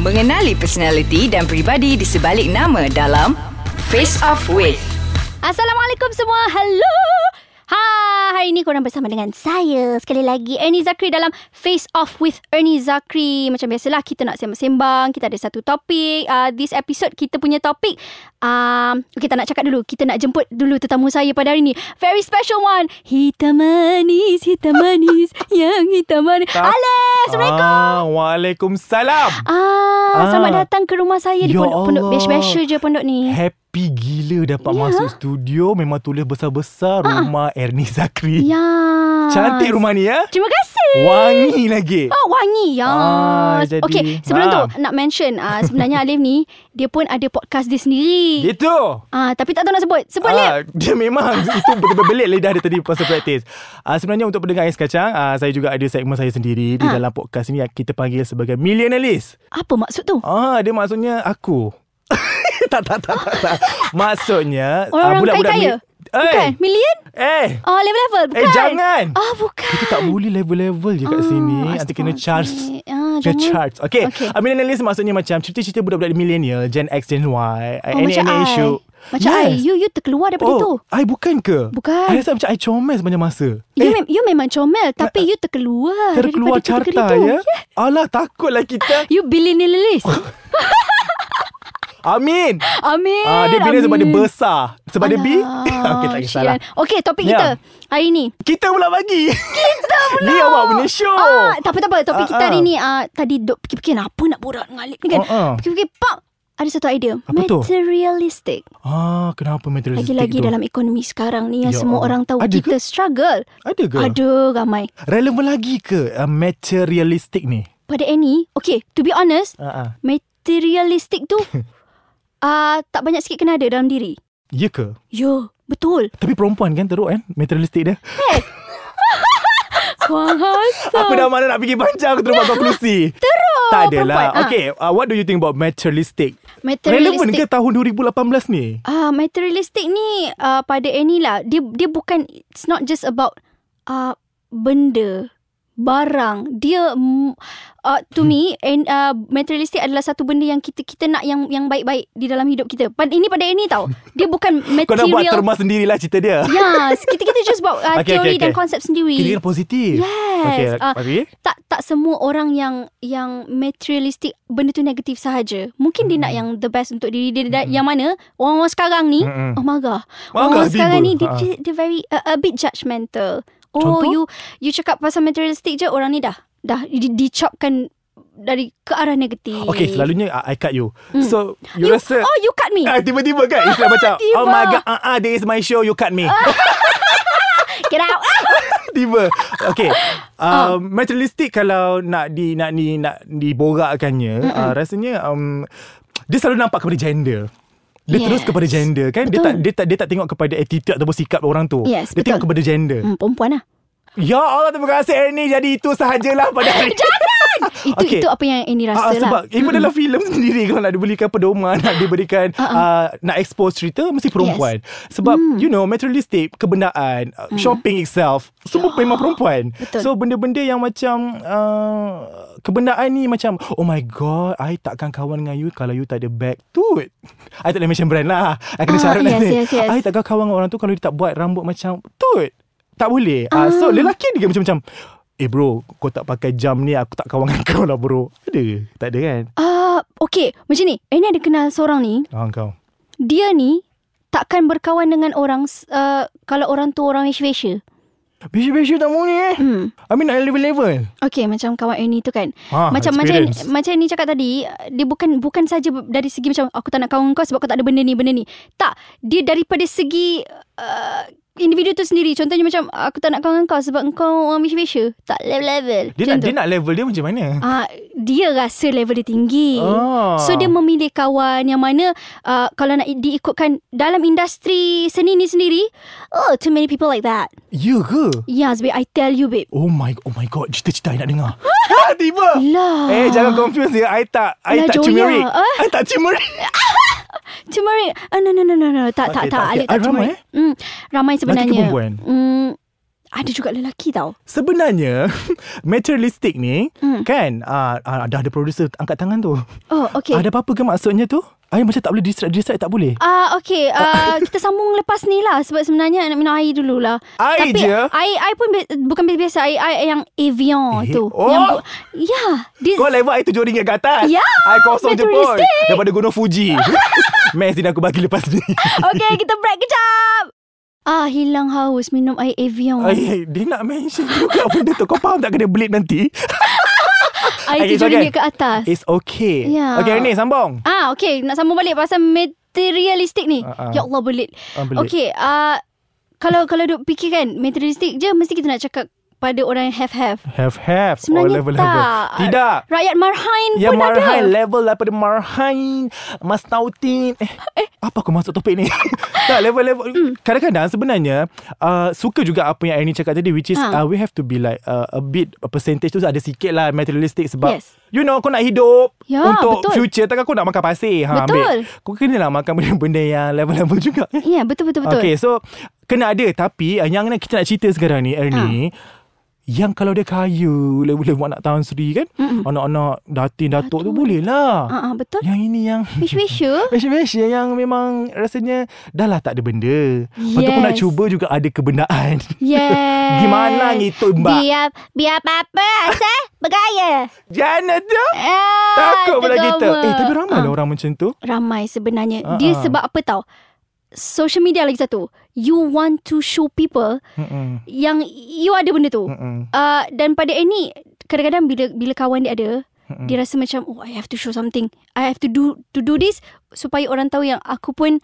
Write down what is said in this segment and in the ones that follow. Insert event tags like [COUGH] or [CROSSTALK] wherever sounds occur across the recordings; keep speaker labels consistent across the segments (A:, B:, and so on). A: Mengenali personaliti dan peribadi di sebalik nama dalam Face Off With.
B: Assalamualaikum semua. Hello. Ha, hari ni korang bersama dengan saya sekali lagi Ernie Zakri dalam Face Off with Ernie Zakri. Macam biasalah kita nak sembang-sembang, kita ada satu topik. Uh, this episode kita punya topik um okay, tak nak cakap dulu. Kita nak jemput dulu tetamu saya pada hari ni. Very special one. Hitam manis, hitam
C: [LAUGHS]
B: manis, yang hitam manis.
C: Tak-
B: Alex, Assalamualaikum.
C: Ah, Waalaikumsalam.
B: Ah,
C: Ah.
B: selamat datang ke rumah saya di
C: Ya
B: pondok-pondok
C: Allah.
B: biasa-biasa je pondok ni.
C: Happy gila dapat
B: Ya.
C: masuk studio. Memang tulis besar-besar
B: Ah.
C: rumah Ernie Zakri.
B: Ya.
C: Cantik rumah ni ya.
B: Terima kasih.
C: Wangi lagi.
B: Oh wangi ya. Ah,
C: Ah, jadi-
B: okay, sebelum
C: Ah.
B: tu nak mention ah,
C: [LAUGHS]
B: sebenarnya Alif ni dia pun ada podcast dia sendiri.
C: Gitu.
B: Ah, tapi tak tahu nak sebut. Sebut Alif.
C: Ah, dia memang [LAUGHS] itu betul-betul belit lidah dia tadi pasal praktis. Ah, sebenarnya untuk pendengar Ais Kacang, ah, saya juga ada segmen saya sendiri di
B: Ah.
C: dalam podcast ni yang kita panggil sebagai Millionaire List.
B: Apa maksud tu?
C: Ah, dia maksudnya aku. [LAUGHS] tak, tak, tak, tak, tak. Maksudnya ah,
B: Orang-orang kaya-kaya?
C: mi- Eh,
B: Bukan million?
C: eh,
B: Oh, level-level bukan.
C: eh, jangan.
B: Ah, bukan.
C: Kita tak boleh level-level je kat
B: Ah,
C: sini. Nanti kena charge.
B: astaghfirullahalazim. Ah,
C: Kena
B: jangan.
C: charge. Okay.
B: Okay.
C: okay. Uh, millennial ni maksudnya macam cerita-cerita budak-budak millennial, Gen X, Gen Y.
B: Oh, macam I.
C: issue.
B: Macam
C: Yes. Oh,
B: I. You, you terkeluar daripada tu.
C: I bukan ke?
B: Bukan.
C: I rasa macam I comel sepanjang masa. Eh,
B: You, mem- you memang comel tapi you terkeluar
C: terkeluar
B: daripada
C: carta
B: kategori tu. Ya.
C: ya. Alah,
B: [LAUGHS]
C: takutlah kita.
B: You billionaire
C: [LAUGHS]
B: list.
C: Amin.
B: Amin.
C: Ah, Ah, dia bila
B: amin.
C: sebab dia besar. Sebab dia B. [LAUGHS]
B: Alah,
C: Okey, tak kisahlah.
B: kesian. Okey, topik
C: Ya.
B: kita hari ni.
C: Kita pula bagi. Kita pula. [LAUGHS] Ni awak punya show.
B: Ah, tak apa tak apa. Topik
C: Ah,
B: kita hari
C: ah.
B: ni ah, tadi duk fikir-fikir apa nak borak dengan Alip ni kan.
C: Ah, ah.
B: Fikir-fikir pak ada satu idea.
C: Apa tu?
B: Materialistic.
C: Ah, kenapa materialistik
B: Lagi-lagi
C: tu?
B: dalam ekonomi sekarang ni yang
C: Ya
B: semua
C: Allah.
B: orang tahu
C: Ada
B: kita struggle.
C: Ada ke?
B: Ada ramai.
C: Relevan lagi ke uh, materialistik ni?
B: Pada Annie, okay, to be honest,
C: Ah, ah.
B: materialistic
C: [LAUGHS]
B: tu ah tak banyak sikit kena ada dalam diri.
C: Ya ke?
B: Yo, betul.
C: [LAUGHS] Tapi perempuan kan teruk kan materialistik dia.
B: Wah,
C: Aku
B: Hassan.
C: dah mana nak fikir panjang aku terus
B: [LAUGHS]
C: buat konklusi. Teruk. Tak adalah.
B: Ya, perempuan. Ah.
C: Okay, uh, what do you think about materialistic? Relevan
B: Materialistic.
C: ke tahun 2018 ni?
B: Ah, materialistic ni uh, pada Annie lah. Dia dia bukan it's not just about uh, benda, barang. Dia mm, uh, to me
C: Hmm.
B: and uh, materialistic adalah satu benda yang kita kita nak yang yang baik-baik di dalam hidup kita. Pada ini pada Annie
C: [LAUGHS]
B: tau. Dia bukan
C: Kau nak buat
B: material.
C: terma sendirilah cerita dia.
B: Yes, kita kita just buat uh,
C: [LAUGHS] Okay,
B: teori
C: okay,
B: dan
C: okay.
B: konsep sendiri.
C: Kira positif.
B: Yes.
C: Okay,
B: Ah,
C: okay.
B: tak tak semua orang yang yang materialistik benda tu negatif sahaja. Mungkin dia
C: Hmm.
B: nak yang the best untuk diri dia mm. yang mana orang-orang sekarang ni
C: Mm-mm.
B: oh marah.
C: Marah
B: orang sekarang
C: tiba.
B: ni dia,
C: Hmm. Ha.
B: dia, dia very uh, a bit judgmental. Oh
C: Contoh?
B: you you cakap pasal materialistik je orang ni dah dah di, dicopkan dari ke arah negatif.
C: Okay, selalunya uh, I, I cut you.
B: Mm.
C: So, you,
B: you,
C: rasa...
B: Oh you cut
C: [LAUGHS]
B: me.
C: Ah,
B: [LAUGHS]
C: tiba-tiba kan It's like macam
B: Tiba.
C: Oh my god uh, uh, This is my show You cut
B: [LAUGHS]
C: me
B: Get out. Ah!
C: Tiba
B: [LAUGHS]
C: Okay um, Materialistik kalau Nak di Nak ni Nak diborakkannya uh, Rasanya um, Dia selalu nampak kepada gender dia
B: Yes.
C: yes. terus kepada gender kan
B: Betul.
C: dia tak dia tak dia tak tengok kepada attitude ataupun sikap orang tu
B: Yes,
C: dia
B: betul.
C: tengok kepada gender
B: Hmm, perempuan lah.
C: ya Allah terima kasih Ernie jadi itu sahajalah pada
B: [LAUGHS]
C: hari jangan
B: Itu itu apa yang Annie
C: Ah,
B: rasa lah.
C: sebab even dalam filem [LAUGHS] sendiri kalau nak diberikan pedoman, nak diberikan uh-uh. uh, nak expose cerita mesti perempuan. Sebab you know materialistic, kebendaan, uh, shopping itself semua memang perempuan.
B: Betul.
C: So benda-benda yang macam uh, kebendaan ni macam oh my god, I takkan kawan dengan you kalau you tak ada bag tu. I tak boleh mention brand lah. I kena
B: Ah,
C: syarat
B: yes,
C: nanti.
B: yes, yes.
C: I takkan kawan dengan orang tu kalau dia tak buat rambut macam tut. Tak boleh.
B: Ah.
C: Uh, so lelaki dia macam-macam Eh bro Kau tak pakai jam ni Aku tak kawan dengan [LAUGHS] kau lah bro Ada ke? Tak ada kan
B: Ah, okay, macam ni. Annie ada kenal seorang ni
C: Ah kau
B: dia ni takkan berkawan dengan orang uh, kalau orang tu orang Malaysia.
C: Besok-besok tak mau ni eh
B: Hmm.
C: I mean nak level-level
B: Okay, macam kawan Ernie tu kan.
C: Ah,
B: macam
C: experience.
B: macam macam ni cakap tadi, uh, dia bukan bukan saja dari segi macam aku tak nak kawan kau sebab kau tak ada benda ni, benda ni. Tak, dia daripada segi uh, individu tu sendiri. Contohnya macam aku tak nak kawan kau sebab kau orang Malaysia. Tak level-level.
C: Dia
B: macam
C: nak,
B: tu.
C: dia nak level dia macam mana
B: Ah, dia rasa level dia tinggi.
C: Ah.
B: So dia memilih kawan yang mana uh, kalau nak diikutkan dalam industri seni ni sendiri, oh too many people like that.
C: Ya ke?
B: Yes, babe, I tell you babe.
C: Oh my oh my god Cita-cita I nak
B: [GASPS]
C: dengar ha, Tiba
B: Lah.
C: Eh jangan confuse ya I tak I
B: Lah,
C: tak
B: Joya.
C: turmeric
B: [LAUGHS] Ah.
C: I tak turmeric
B: Turmeric. Ah, no, no, no, no, no. Tak, tak,
C: Okay,
B: tak.
C: tak,
B: Alif
C: okay.
B: tak
C: Ah, ramai,
B: turmeric. Mm, ramai sebenarnya.
C: perempuan?
B: Mm, ada juga lelaki tau.
C: Sebenarnya [LAUGHS] materialistic ni hmm. kan uh, uh, dah ada producer angkat tangan tu.
B: Oh, okay.
C: Ada apa-apa ke maksudnya tu? Air macam tak boleh distract distract tak boleh.
B: Ah uh, okey
C: [LAUGHS]
B: uh, kita sambung lepas ni lah sebab sebenarnya nak minum air dululah.
C: Air
B: Tapi
C: je?
B: air air pun be- bukan biasa air air yang Evian
C: Eh,
B: tu.
C: oh.
B: Yang bu- ya, this
C: Kau lah. level air tujuh ringgit ke atas.
B: Ya,
C: Air kosong je pun.
B: materialistic.
C: Daripada Gunung Fuji. [LAUGHS] Mesin aku bagi lepas
B: [LAUGHS]
C: ni.
B: Okey, kita break kejap. Ah, hilang haus minum air Evian.
C: Ay, dia nak mention juga benda tu. Kau faham tak kena bleed nanti?
B: air
C: okay, it's
B: tujuh
C: okay.
B: ringgit ke atas.
C: It's okay.
B: Ya.
C: Okay, ni sambung.
B: Ah, okey, nak sambung balik pasal materialistik ni.
C: Ah, ah.
B: Ya Allah belit.
C: Ah, belit.
B: Okey, ah kalau kalau duk fikir kan materialistik je mesti kita nak cakap pada orang yang have have.
C: Have have
B: Sebenarnya
C: or Oh, level
B: tak.
C: level. Tidak.
B: Rakyat marhain
C: Ya
B: pun
C: marhain
B: ada.
C: level daripada marhain Mas Tautin eh, eh. Apa aku masuk topik ni [LAUGHS] Tak level-level
B: Hmm.
C: Kadang-kadang sebenarnya uh, Suka juga apa yang Ernie cakap tadi Which is
B: Ha.
C: uh, We have to be like uh, A bit a Percentage tu ada sikit lah Materialistic Sebab
B: Yes.
C: You know kau nak hidup
B: Ya,
C: Untuk
B: betul.
C: future Takkan kau nak makan pasir Ha,
B: Betul.
C: ambil. Kau kena lah makan benda-benda yang Level-level [LAUGHS] juga eh.
B: Ya, betul betul betul.
C: Okay so Kena ada Tapi uh, yang kita nak cerita sekarang ni Ernie
B: Ha.
C: Yang kalau dia kaya Boleh-boleh anak Tan Sri kan Mm-mm. Anak-anak Datin Datuk tu boleh
B: Ah, ah,
C: lah
B: betul.
C: Yang ini
B: [LAUGHS]
C: yang
B: Wish wish you.
C: Mesya-mesya yang memang Rasanya Dah lah tak ada benda Lepas tu aku nak
B: Yes. Eh.
C: cuba juga Ada kebendaan
B: Yes.
C: Gimana gitu, Mbak?
B: Biar biar apa-apa asal bergaya.
C: Jana tu
B: Ah,
C: Takut pula
B: tergama.
C: kita Eh tapi ramai
B: Ah.
C: lah orang macam tu
B: Ramai sebenarnya.
C: Ah,
B: Dia
C: ah.
B: sebab apa tau? Social media lagi satu. You want to show people
C: Mm-mm.
B: yang you ada benda tu.
C: Mm-mm.
B: Uh, dan pada Annie kadang-kadang bila bila kawan dia ada,
C: Mm-mm.
B: dia rasa macam oh I have to show something. I have to do to do this supaya orang tahu yang aku pun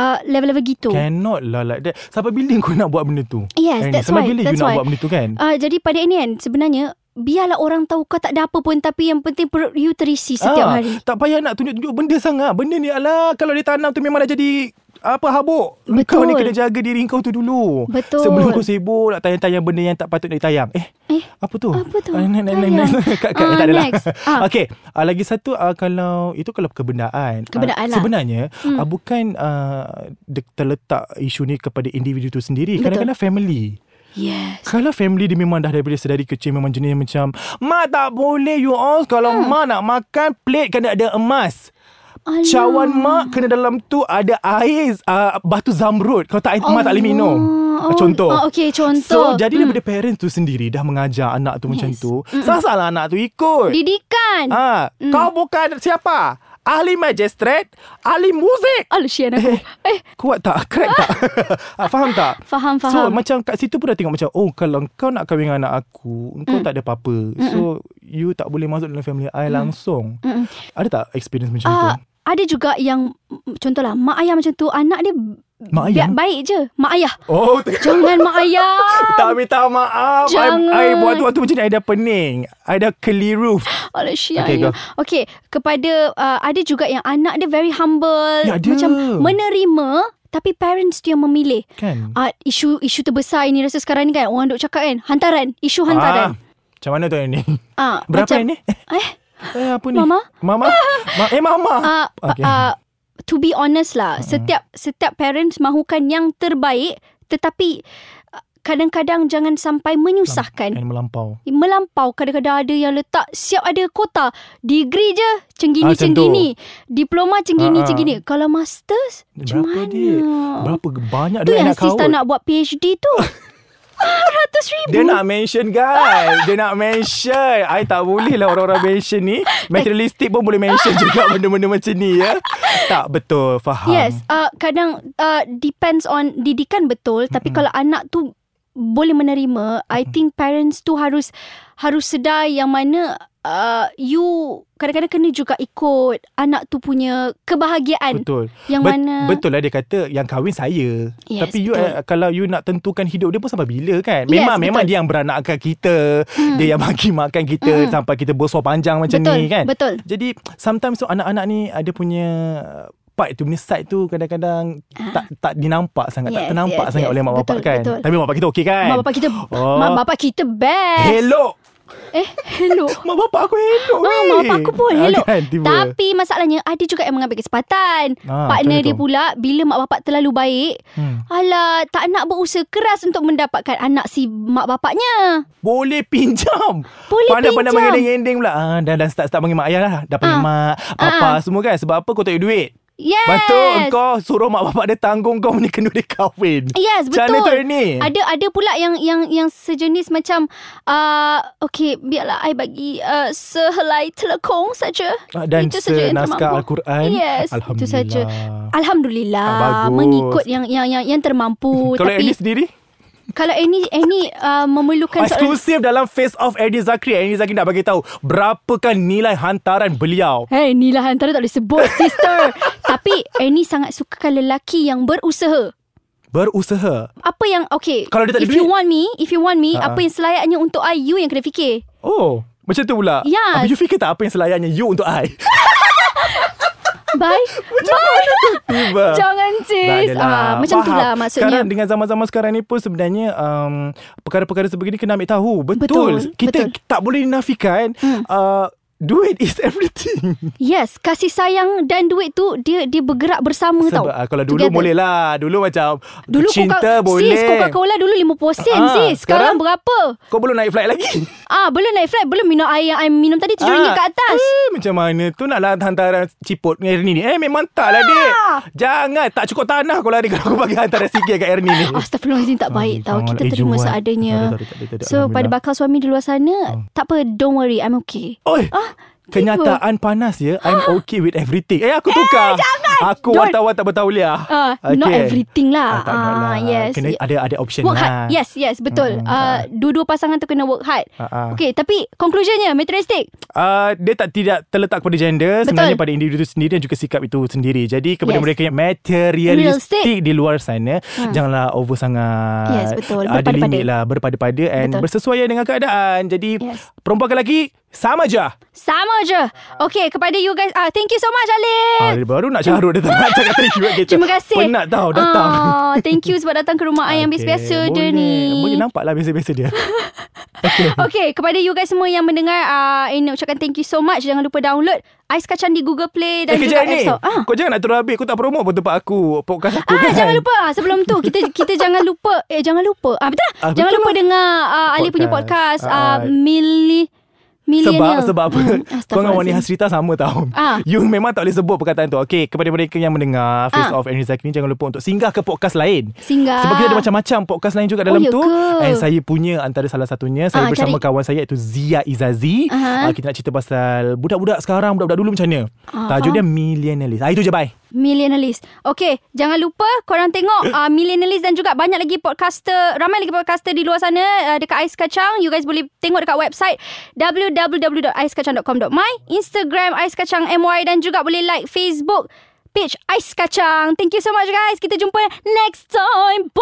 B: uh, level-level gitu.
C: Cannot lah like that Sampai bila kau nak buat benda tu
B: Yes,
C: Ernie?
B: that's
C: Sampai
B: why,
C: bila
B: that's
C: you nak
B: why.
C: buat benda tu kan
B: Uh, jadi pada ini kan sebenarnya biarlah orang tahu kau tak ada apa pun tapi yang penting perut you terisi
C: Ah,
B: setiap hari.
C: Tak payah nak tunjuk-tunjuk benda sangat. Benda ni alah kalau dia tanam tu memang dah jadi apa habuk. Kau
B: Betul.
C: ni kena jaga diri kau tu dulu.
B: Betul.
C: Sebelum kau sibuk nak tayang-tayang benda yang tak patut nak tayang. Eh,
B: Eh,
C: apa tu?
B: apa tu?
C: Ah, next, next, next, [LAUGHS]
B: Tayang.
C: next. Kat, kat,
B: Ah,
C: tak ada lah.
B: next. Ah.
C: Okay. [LAUGHS] Ah, lagi satu ah, kalau itu kalau kebendaan. Ah,
B: Kebendaan lah.
C: Sebenarnya hmm. ah, bukan ah, de- terletak isu ni kepada individu tu sendiri.
B: Betul.
C: Kadang-kadang family.
B: yes.
C: Kalau family dia memang dah daripada sedari kecil memang jenis yang macam Mak tak boleh you all Kalau hmm. mak nak makan plate kena ada emas
B: Alah.
C: Cawan mak kena dalam tu ada air uh, batu zamrud. Kalau tak air mak tak boleh minum.
B: Allah.
C: Ah,
B: Oh,
C: Contoh.
B: oh, okey, contoh. Hmm.
C: So, jadi daripada parents tu sendiri dah mengajar anak tu yes. macam
B: Yes.
C: tu. Salah-salah anak tu ikut.
B: Didikan.
C: ha, mm. Kau bukan siapa? Ahli magistrat, ahli muzik.
B: Alah, sian aku. Eh,
C: Kuat tak? Crack
B: [LAUGHS]
C: tak? Ah, Faham tak?
B: Faham,
C: So
B: faham.
C: macam kat situ pun dah tengok macam Oh kalau kau nak kahwin dengan anak
B: Mm.
C: aku Kau tak ada apa-apa So you tak boleh masuk dalam family I langsung
B: Mm-mm.
C: Ada tak experience macam tu?
B: ah, ada juga yang mm, contohlah mak ayah macam tu, anak dia
C: Mak ayah?
B: ba- baik je. Mak ayah.
C: Oh tengok
B: Jangan mak ayah.
C: [LAUGHS] Tak minta maaf
B: Jangan.
C: I, I buat waktu macam ni I dah pening I dah keliru
B: Alah, sian.
C: Okay,
B: you.
C: go.
B: okay, kepada uh, ada juga yang anak dia very humble,
C: Ya, ada.
B: macam menerima tapi parents tu yang memilih.
C: Kan
B: Ah, isu isu terbesar ini rasa sekarang ni kan orang duk cakap kan hantaran, isu
C: Ah,
B: hantaran.
C: Macam mana tu ni?
B: Ah,
C: [LAUGHS] Berapa
B: macam,
C: ni?
B: Eh,
C: [LAUGHS] Eh apa ni?
B: Mama? [LAUGHS]
C: Mama? Ma- eh mama
B: ah,
C: Okay.
B: okay. ah, to be honest
C: Hmm.
B: lah, setiap setiap parents mahukan yang terbaik tetapi ah, kadang-kadang jangan sampai menyusahkan.
C: Kan melampau
B: Melampau kadang-kadang ada yang letak siap ada kota. Degree je cenggini
C: Ah, macam tu.
B: cenggini. Diploma cenggini
C: Ah, ah.
B: cenggini. Kalau masters macam
C: Berapa
B: mana?
C: dia? Berapa ge- banyak
B: tu
C: duit
B: yang
C: nak
B: sis
C: kawal
B: tak nak buat PhD
C: [LAUGHS]
B: tu. Ah, Ratus ribu.
C: Dia nak mention guys Dia nak mention I tak boleh lah orang-orang mention ni Materialistik pun boleh mention [LAUGHS] juga Benda-benda macam ni ya Tak betul Faham
B: Yes, uh, kadang uh, depends on didikan betul, tapi kalau anak tu boleh menerima, I think parents tu harus harus sedar yang mana uh, you kadang-kadang kena juga ikut anak tu punya kebahagiaan
C: Betul
B: yang
C: Bet-
B: mana
C: Betul lah dia kata Yang kahwin saya
B: uh, Yes,
C: Tapi you
B: betul.
C: uh, Kalau you nak tentukan hidup dia pun Sampai bila kan Memang
B: Yes,
C: memang
B: betul.
C: dia yang beranakkan kita hmm. Dia yang [LAUGHS] bagi makan kita hmm. Sampai kita besar panjang macam
B: betul,
C: ni kan
B: Betul.
C: Jadi sometimes tu anak-anak ni ada punya uh, part tu punya side tu kadang-kadang tak tak dinampak sangat tak
B: Ah. Yes,
C: ternampak
B: yes,
C: sangat
B: yes.
C: oleh mak bapak
B: Betul,
C: kan
B: betul.
C: tapi mak bapak kita okey kan
B: Mak bapak kita
C: Oh.
B: mak bapak kita best.
C: hello
B: Eh, hello.
C: Mak bapak aku hello
B: Ah,
C: weh.
B: mak bapak aku pun hello.
C: Ah, kan, tiba.
B: Tapi masalahnya ada juga yang mengambil kesempatan.
C: Ah,
B: Partner
C: betul-betul.
B: dia pula bila mak bapak terlalu baik,
C: Hmm.
B: alah tak nak berusaha keras untuk mendapatkan anak si mak bapaknya.
C: Boleh pinjam
B: Boleh
C: Pandai-pandai
B: pinjam.
C: mengendeng-endeng pula ah, Dah, dah start-start panggil mak ayah lah Dah panggil
B: Ah.
C: mak Papa semua kan Sebab apa kau tak ada duit
B: Yes.
C: Lepas tu kau suruh mak bapak dia tanggung kau punya [LAUGHS] kena dia kahwin
B: Yes,
C: Macam
B: betul.
C: mana tu ni
B: Ada ada pula yang yang yang sejenis macam uh, okay biarlah I bagi uh, sehelai telekong saja.
C: Ah, Dan
B: itu saja yang
C: naskah
B: termampu.
C: Al-Quran
B: Yes, itu saja.
C: Alhamdulillah.
B: Alhamdulillah
C: Ah, bagus.
B: mengikut yang yang yang yang termampu
C: [LAUGHS] Kalau
B: tapi
C: Annie sendiri
B: kalau Annie Annie uh, memerlukan soalan
C: Eksklusif dalam Face Off Eddie Zakri Eddie Zakri nak bagi tahu Berapakah nilai hantaran beliau
B: Hey, ni lah antara tak boleh sebut, [LAUGHS] sister. Tapi Annie sangat sukakan lelaki yang berusaha.
C: Berusaha
B: Apa yang, okay.
C: Kalau dia tak ada
B: if you
C: duit. Ha.
B: want me, if you want me,
C: Ha-ha.
B: apa yang selayaknya untuk I, you yang kena fikir.
C: Oh Macam tu pula
B: Yes.
C: Habis you fikir tak apa yang selayaknya You untuk
B: [LAUGHS]
C: I [LAUGHS]
B: Bye. Bye.
C: Tiba
B: Jangan sis.
C: Tak adalah.
B: Ah, macam tu
C: Faham.
B: lah maksudnya.
C: Sekarang dengan zaman-zaman sekarang ni pun sebenarnya um, perkara-perkara sebegini kena ambil tahu. Betul.
B: Betul,
C: Kita
B: betul.
C: tak boleh nafikan hmm. uh, duit is everything.
B: Yes, kasih sayang dan duit tu dia dia bergerak bersama
C: Sebab
B: tau.
C: uh, kalau dulu boleh lah. Dulu macam
B: Dulu Coca-
C: cinta boleh.
B: Sis, Coca-Cola dulu 50 sen
C: Ah,
B: sis. Sekarang,
C: sekarang?
B: berapa?
C: Kau belum naik flight lagi.
B: Ah, belum naik flight, belum minum air yang I minum tadi 7 ringgit ke
C: Ah.
B: atas.
C: Eh, macam mana tu nak lah hantaran ciput dengan Ernie ni. Eh memang tak lah dik.
B: Ah.
C: Jangan. Tak cukup tanah kau lari kalau aku bagi hantaran sikit kat Ernie ni.
B: Astaghfirullahalazim tak baik
C: Faham,
B: tau
C: faham.
B: Kita
C: Eh,
B: terima
C: jual.
B: seadanya
C: Tak ada, tak ada, tak ada,
B: So pada
C: Alhamdulillah.
B: bakal suami di luar sana Tak apa don't worry I'm okay
C: Oi. Ah, kenyataan panas ya. I'm okay with everything. Eh aku tukar. Eh,
B: Ah.
C: aku
B: Don't.
C: wartawan tak bertauliah.
B: Ah, not everything lah.
C: Ah, tak nak
B: Ah,
C: lah.
B: yes.
C: Kena ada ada option
B: Work
C: lah.
B: hard Yes yes betul
C: Mm,
B: uh, Dua-dua pasangan tu kena work hard
C: Ah, ah.
B: Okay tapi Conclusionnya materialistic
C: Uh, dia tak tidak terletak kepada
B: Betul.
C: gender sebenarnya pada individu itu sendiri dan juga sikap itu sendiri. Jadi kepada
B: Yes.
C: mereka yang materialistik
B: Realistic.
C: di luar sana janganlah over sangat.
B: Yes, betul.
C: Ada
B: Berpada-pada.
C: limit lah berpada-pada and
B: Betul.
C: bersesuaian dengan keadaan. Jadi
B: Yes.
C: perempuan ke lelaki sama je. Ah,
B: Sama je Okay kepada you guys uh, Thank you so much
C: Ah,
B: Alif
C: dia baru nak carut dia tak nak [LAUGHS] cakap thank you kat kita.
B: Eh. Terima kasih
C: Ah, Penat tau datang.
B: Ah, Thank you sebab datang ke rumah
C: [LAUGHS]
B: I Yang
C: Okey,
B: biasa-biasa je
C: boleh.
B: ni
C: Boleh nampak lah biasa-biasa dia [LAUGHS]
B: Okay, kepada you guys semua yang mendengar, uh, Aina ucapkan thank you so much. Jangan lupa download Ais Kacang di Google Play dan
C: Eh
B: juga
C: kejap
B: App
C: ni
B: Store. Ah.
C: Kau jangan nak terus habis Kau tak promote pun tempat aku Podcast aku
B: Ah,
C: kan
B: jangan lupa ah, sebelum tu kita kita jangan lupa eh jangan lupa ah betul lah
C: Ah, betul
B: jangan lupa
C: lah.
B: dengar uh, Ali punya podcast
C: Podcast.
B: ah,
C: Ah.
B: mili
C: sebab
B: millenial
C: sebab apa Kau dengan Wani
B: Astaghfirullahalazim.
C: Hasrita sama tau
B: Hmm. Ah.
C: You memang tak boleh sebut perkataan tu Okay Kepada mereka yang mendengar Face
B: Ah.
C: Off Henry Zakri Jangan lupa untuk singgah ke podcast lain
B: Singgah.
C: Sebab kita ada macam-macam podcast lain juga dalam
B: Ah. ya
C: tu
B: ke?
C: And saya punya antara salah satunya
B: Ah,
C: Saya bersama
B: cari.
C: kawan saya iaitu Zia Izazi
B: Aha.
C: Ah, Kita nak cerita pasal Budak-budak sekarang Budak-budak dulu macam mana
B: Ah,
C: Tajuk dia Millionaires ah, Itu je bye
B: Millenialist. Okay, jangan lupa korang tengok uh, Millenialist dan juga banyak lagi podcaster, ramai lagi podcaster di luar sana uh, dekat Ais Kacang. You guys boleh tengok dekat website www.aiskacang.com.my, Instagram Ais Kacang MY dan juga boleh like Facebook page Ais Kacang. Thank you so much guys. Kita jumpa next time.